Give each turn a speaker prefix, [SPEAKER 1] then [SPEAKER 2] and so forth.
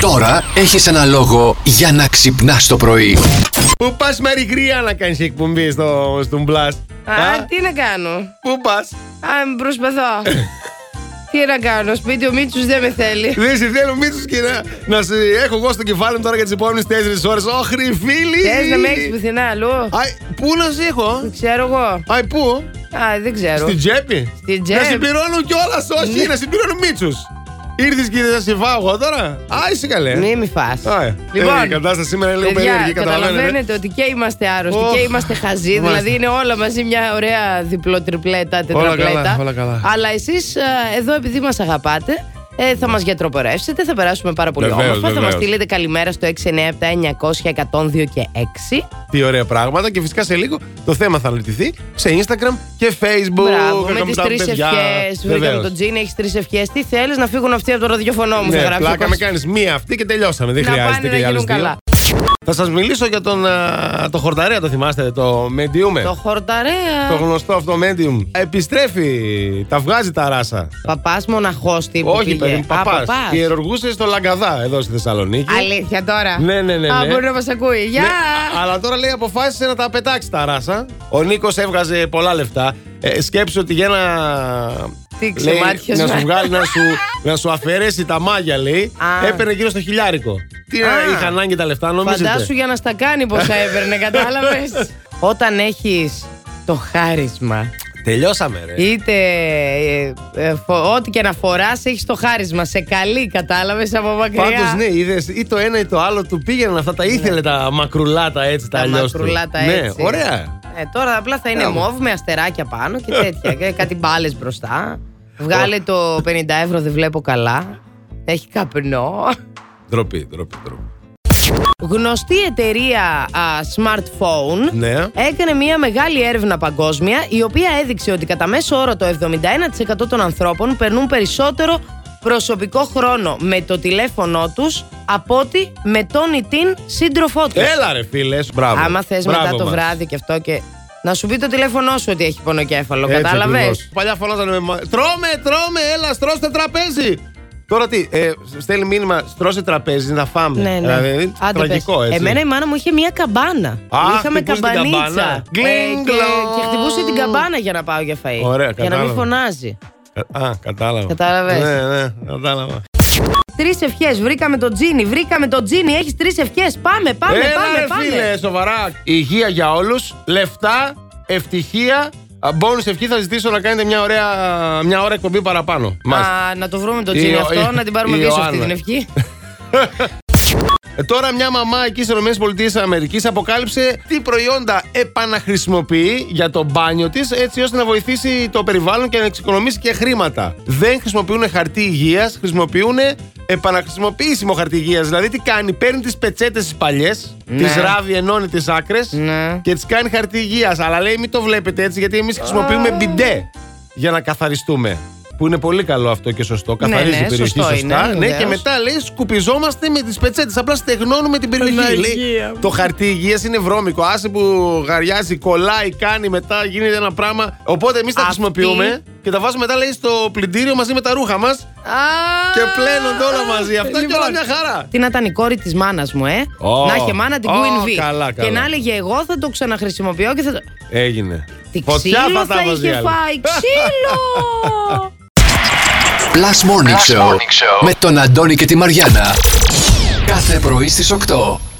[SPEAKER 1] Τώρα έχεις ένα λόγο για να ξυπνάς το πρωί.
[SPEAKER 2] Πού πας μαριγρία να κάνεις εκπομπή στο, στον Blast.
[SPEAKER 3] Α, τι να κάνω.
[SPEAKER 2] Πού πας.
[SPEAKER 3] Α, προσπαθώ. τι να κάνω, σπίτι ο Μίτσος δεν με θέλει.
[SPEAKER 2] Δεν σε θέλω, μη τους και να, να σε έχω εγώ στο κεφάλι μου τώρα για τις επόμενες 4 ώρε. Ωχρη φίλη.
[SPEAKER 3] Θες να με έχεις πουθενά αλλού.
[SPEAKER 2] Αι, πού να σε έχω.
[SPEAKER 3] Δεν ξέρω εγώ.
[SPEAKER 2] Αι, πού.
[SPEAKER 3] Α, δεν ξέρω.
[SPEAKER 2] Στην τσέπη.
[SPEAKER 3] Στην τσέπη. Ναι.
[SPEAKER 2] Να συμπληρώνω κιόλας, όχι, να συμπληρώνω μίτσους. Ήρθες και θα σε φάω εγώ τώρα. Α, είσαι καλέ.
[SPEAKER 3] Ε. Μη μη φας.
[SPEAKER 2] Α, ε, η κατάσταση σήμερα είναι λίγο
[SPEAKER 3] Ναι, Λοιπόν, παιδιά,
[SPEAKER 2] περίεργη, καταλαβαίνετε.
[SPEAKER 3] καταλαβαίνετε ότι και είμαστε άρρωστοι
[SPEAKER 2] Οχ,
[SPEAKER 3] και είμαστε χαζοί.
[SPEAKER 2] μάλιστα.
[SPEAKER 3] Δηλαδή είναι όλα μαζί μια ωραία διπλό-τριπλέτα,
[SPEAKER 2] Όλα
[SPEAKER 3] τετραπλέτα.
[SPEAKER 2] καλά, όλα καλά.
[SPEAKER 3] Αλλά εσείς εδώ επειδή μας αγαπάτε, ε, θα μας γιατροπορεύσετε, θα περάσουμε πάρα πολύ
[SPEAKER 2] Βεβαίως,
[SPEAKER 3] όμορφα. Θα
[SPEAKER 2] βεβαίως.
[SPEAKER 3] μα στείλετε καλημέρα στο 697 900 102 και 6.
[SPEAKER 2] Τι ωραία πράγματα και φυσικά σε λίγο το θέμα θα αναλυτηθεί σε Instagram και Facebook.
[SPEAKER 3] Μπράβο, με
[SPEAKER 2] Έκαμε
[SPEAKER 3] τις
[SPEAKER 2] τα
[SPEAKER 3] τρεις
[SPEAKER 2] παιδιά.
[SPEAKER 3] ευχές. Βρήκαμε
[SPEAKER 2] Βεβαίως.
[SPEAKER 3] τον Τζίνι, έχεις τρεις ευχές. Τι θέλεις να φύγουν αυτοί από το ραδιοφωνό μου, θα
[SPEAKER 2] Ναι,
[SPEAKER 3] γράψει ο
[SPEAKER 2] πλάκα με
[SPEAKER 3] Κώστας.
[SPEAKER 2] κάνεις μία αυτή και τελειώσαμε. Δεν
[SPEAKER 3] Να
[SPEAKER 2] χρειάζεται
[SPEAKER 3] πάνε να
[SPEAKER 2] και οι άλλε
[SPEAKER 3] γίνουν
[SPEAKER 2] δύο.
[SPEAKER 3] καλά.
[SPEAKER 2] Θα σας μιλήσω για τον α, το χορταρέα, το θυμάστε, το Medium.
[SPEAKER 3] Το χορταρέα.
[SPEAKER 2] Ναι. Το γνωστό αυτό Medium. Επιστρέφει, τα βγάζει τα ράσα.
[SPEAKER 3] Παπάς μοναχός τύπου.
[SPEAKER 2] Όχι,
[SPEAKER 3] πήγε.
[SPEAKER 2] παιδί μου,
[SPEAKER 3] Α,
[SPEAKER 2] παπάς.
[SPEAKER 3] παπάς.
[SPEAKER 2] Ιερουργούσε στο Λαγκαδά εδώ στη Θεσσαλονίκη.
[SPEAKER 3] Αλήθεια τώρα.
[SPEAKER 2] Ναι, ναι, ναι,
[SPEAKER 3] Α,
[SPEAKER 2] ναι.
[SPEAKER 3] μπορεί να μας ακούει. Γεια!
[SPEAKER 2] Ναι, α- αλλά τώρα λέει αποφάσισε να τα πετάξει τα ράσα. Ο Νίκος έβγαζε πολλά λεφτά. Ε, σκέψου ότι για ένα.
[SPEAKER 3] Τι
[SPEAKER 2] λέει,
[SPEAKER 3] ξεμάτιασμα.
[SPEAKER 2] να σου βγάλει, να σου, να σου αφαιρέσει τα μάγια, λέει.
[SPEAKER 3] Α.
[SPEAKER 2] Έπαιρνε γύρω στο χιλιάρικο. Τι να
[SPEAKER 3] Α.
[SPEAKER 2] είχα ανάγκη τα λεφτά, νομίζετε.
[SPEAKER 3] Φαντάσου για να στα κάνει πόσα έπαιρνε, κατάλαβες. Όταν έχεις το χάρισμα,
[SPEAKER 2] Ναι. Τελειώσαμε, ρε.
[SPEAKER 3] είτε ε, ε, φο- ό,τι και να φοράς, έχεις το χάρισμα. Σε καλή, κατάλαβες από μακριά.
[SPEAKER 2] Πάντως, ναι, είδες ή το ένα ή το άλλο του πήγαιναν αυτά. Τα ήθελε τα μακρουλάτα έτσι, τα,
[SPEAKER 3] Ναι. Τα
[SPEAKER 2] αλλιώς.
[SPEAKER 3] μακρουλάτα έτσι.
[SPEAKER 2] Ναι, ωραία.
[SPEAKER 3] Ε, τώρα απλά θα είναι
[SPEAKER 2] Μπράβο.
[SPEAKER 3] μόβ με αστεράκια πάνω και τέτοια. και κάτι μπάλες μπροστά. Βγάλε το 50 ευρώ, δεν βλέπω καλά. Έχει καπνό.
[SPEAKER 2] Ντροπή, ντροπή, ντροπή.
[SPEAKER 3] Γνωστή εταιρεία α, smartphone
[SPEAKER 2] Ναι.
[SPEAKER 3] έκανε μια μεγάλη έρευνα παγκόσμια η οποία έδειξε ότι κατά μέσο όρο το 71% των ανθρώπων περνούν περισσότερο προσωπικό χρόνο με το τηλέφωνό τους από ότι με τον ή την σύντροφό τους.
[SPEAKER 2] Έλα, ρε φίλε. Μπράβο.
[SPEAKER 3] Άμα θες
[SPEAKER 2] Μπράβο
[SPEAKER 3] μετά το
[SPEAKER 2] μας.
[SPEAKER 3] βράδυ και αυτό και να σου πει το τηλέφωνό σου ότι έχει πονοκέφαλο,
[SPEAKER 2] Έτσι
[SPEAKER 3] κατάλαβες.
[SPEAKER 2] ακριβώς. Παλιά φωνάζανε με μα- Τρώμε, τρώμε, έλα, στρώστε τραπέζι. Τώρα τι, ε, στέλνει μήνυμα, στρώσε τραπέζι να φάμε.
[SPEAKER 3] Ναι, ναι.
[SPEAKER 2] Δηλαδή,
[SPEAKER 3] Άντε
[SPEAKER 2] τραγικό
[SPEAKER 3] πες.
[SPEAKER 2] έτσι.
[SPEAKER 3] Εμένα η μάνα μου είχε μία καμπάνα.
[SPEAKER 2] Α,
[SPEAKER 3] Είχαμε
[SPEAKER 2] χτυπούσε την
[SPEAKER 3] καμπανίτσα.
[SPEAKER 2] καμπάνα.
[SPEAKER 3] Ε,
[SPEAKER 2] Γκλινγκ,
[SPEAKER 3] και,
[SPEAKER 2] γκλονγκ.
[SPEAKER 3] και χτυπούσε την καμπάνα για να πάω για φαΐ.
[SPEAKER 2] Ωραία,
[SPEAKER 3] για να μην
[SPEAKER 2] κατάλαβα.
[SPEAKER 3] φωνάζει.
[SPEAKER 2] Κα- Ε, Α, κατάλαβα.
[SPEAKER 3] Κατάλαβες.
[SPEAKER 2] Ναι, ναι, κατάλαβα.
[SPEAKER 3] Τρεις ευχές. Βρήκαμε τον Τζίνι. Βρήκαμε τον Τζίνι. Έχεις τρεις ευχές. Πάμε, πάμε,
[SPEAKER 2] έλα,
[SPEAKER 3] πάμε.
[SPEAKER 2] ρε
[SPEAKER 3] πάμε.
[SPEAKER 2] φίλε, σοβαρά. Υγεία για όλους, λεφτά, ευτυχία. Μπόνου ευχή θα ζητήσω να κάνετε μια, ωραία, μια ώρα εκπομπή παραπάνω. Μάλιστα.
[SPEAKER 3] Α, να το βρούμε τον
[SPEAKER 2] Η
[SPEAKER 3] Τζίνι
[SPEAKER 2] Ιω-
[SPEAKER 3] αυτό,
[SPEAKER 2] η-
[SPEAKER 3] να την πάρουμε
[SPEAKER 2] η
[SPEAKER 3] πίσω αυτή
[SPEAKER 2] Ιωάννα.
[SPEAKER 3] την ευχή.
[SPEAKER 2] Ε, Τώρα μια μαμά εκεί στις ΗΠΑ αποκάλυψε τι προϊόντα επαναχρησιμοποιεί για το μπάνιο της έτσι ώστε να βοηθήσει το περιβάλλον και να εξοικονομήσει και χρήματα. Δεν χρησιμοποιούν χαρτί υγείας, χρησιμοποιούν επαναχρησιμοποιήσιμο χαρτί υγείας. Δηλαδή τι κάνει, παίρνει τις πετσέτες τις παλιές,
[SPEAKER 3] Ναι.
[SPEAKER 2] τις ράβει, ενώνει τις άκρες
[SPEAKER 3] Ναι.
[SPEAKER 2] και τις κάνει χαρτί υγείας. Αλλά λέει μην το βλέπετε έτσι γιατί εμείς χρησιμοποιούμε μπιντέ για να καθαριστούμε. Που είναι πολύ καλό αυτό και σωστό.
[SPEAKER 3] Ναι,
[SPEAKER 2] Καθαρίζει
[SPEAKER 3] ναι,
[SPEAKER 2] η περιοχή
[SPEAKER 3] σωστό
[SPEAKER 2] σωστά.
[SPEAKER 3] είναι,
[SPEAKER 2] ναι, και
[SPEAKER 3] βεβαίως.
[SPEAKER 2] μετά τα λέει σκουπιζόμαστε με τις πετσέτες. Απλά στεγνώνουμε την περιοχή. Λέει, το χαρτί υγείας είναι βρώμικο. Άσε που γαριάζει, κολλάει, κάνει μετά, γίνεται ένα πράγμα. Οπότε εμείς τα
[SPEAKER 3] Αυτή-
[SPEAKER 2] χρησιμοποιούμε και τα βάζουμε μετά λέει στο πλυντήριο μαζί με τα ρούχα μας
[SPEAKER 3] Α,
[SPEAKER 2] και πλένονται όλα μαζί. Αυτά και
[SPEAKER 3] λοιπόν.
[SPEAKER 2] όλα μια χαρά.
[SPEAKER 3] Τι να ήταν η κόρη της μάνας μου, ε.
[SPEAKER 2] Ω.
[SPEAKER 3] να είχε μάνα την
[SPEAKER 2] Ω,
[SPEAKER 3] Queen V.
[SPEAKER 2] καλά,
[SPEAKER 3] Και
[SPEAKER 2] καλά.
[SPEAKER 3] να έλεγε εγώ θα το ξαναχρησιμοποιώ και θα το.
[SPEAKER 2] Έγινε.
[SPEAKER 3] Τι ξύλο θα είχε φάει, ξύλο!
[SPEAKER 1] Plus Morning, Show, με τον Αντώνη και τη Μαριάνα. Κάθε πρωί στις 8.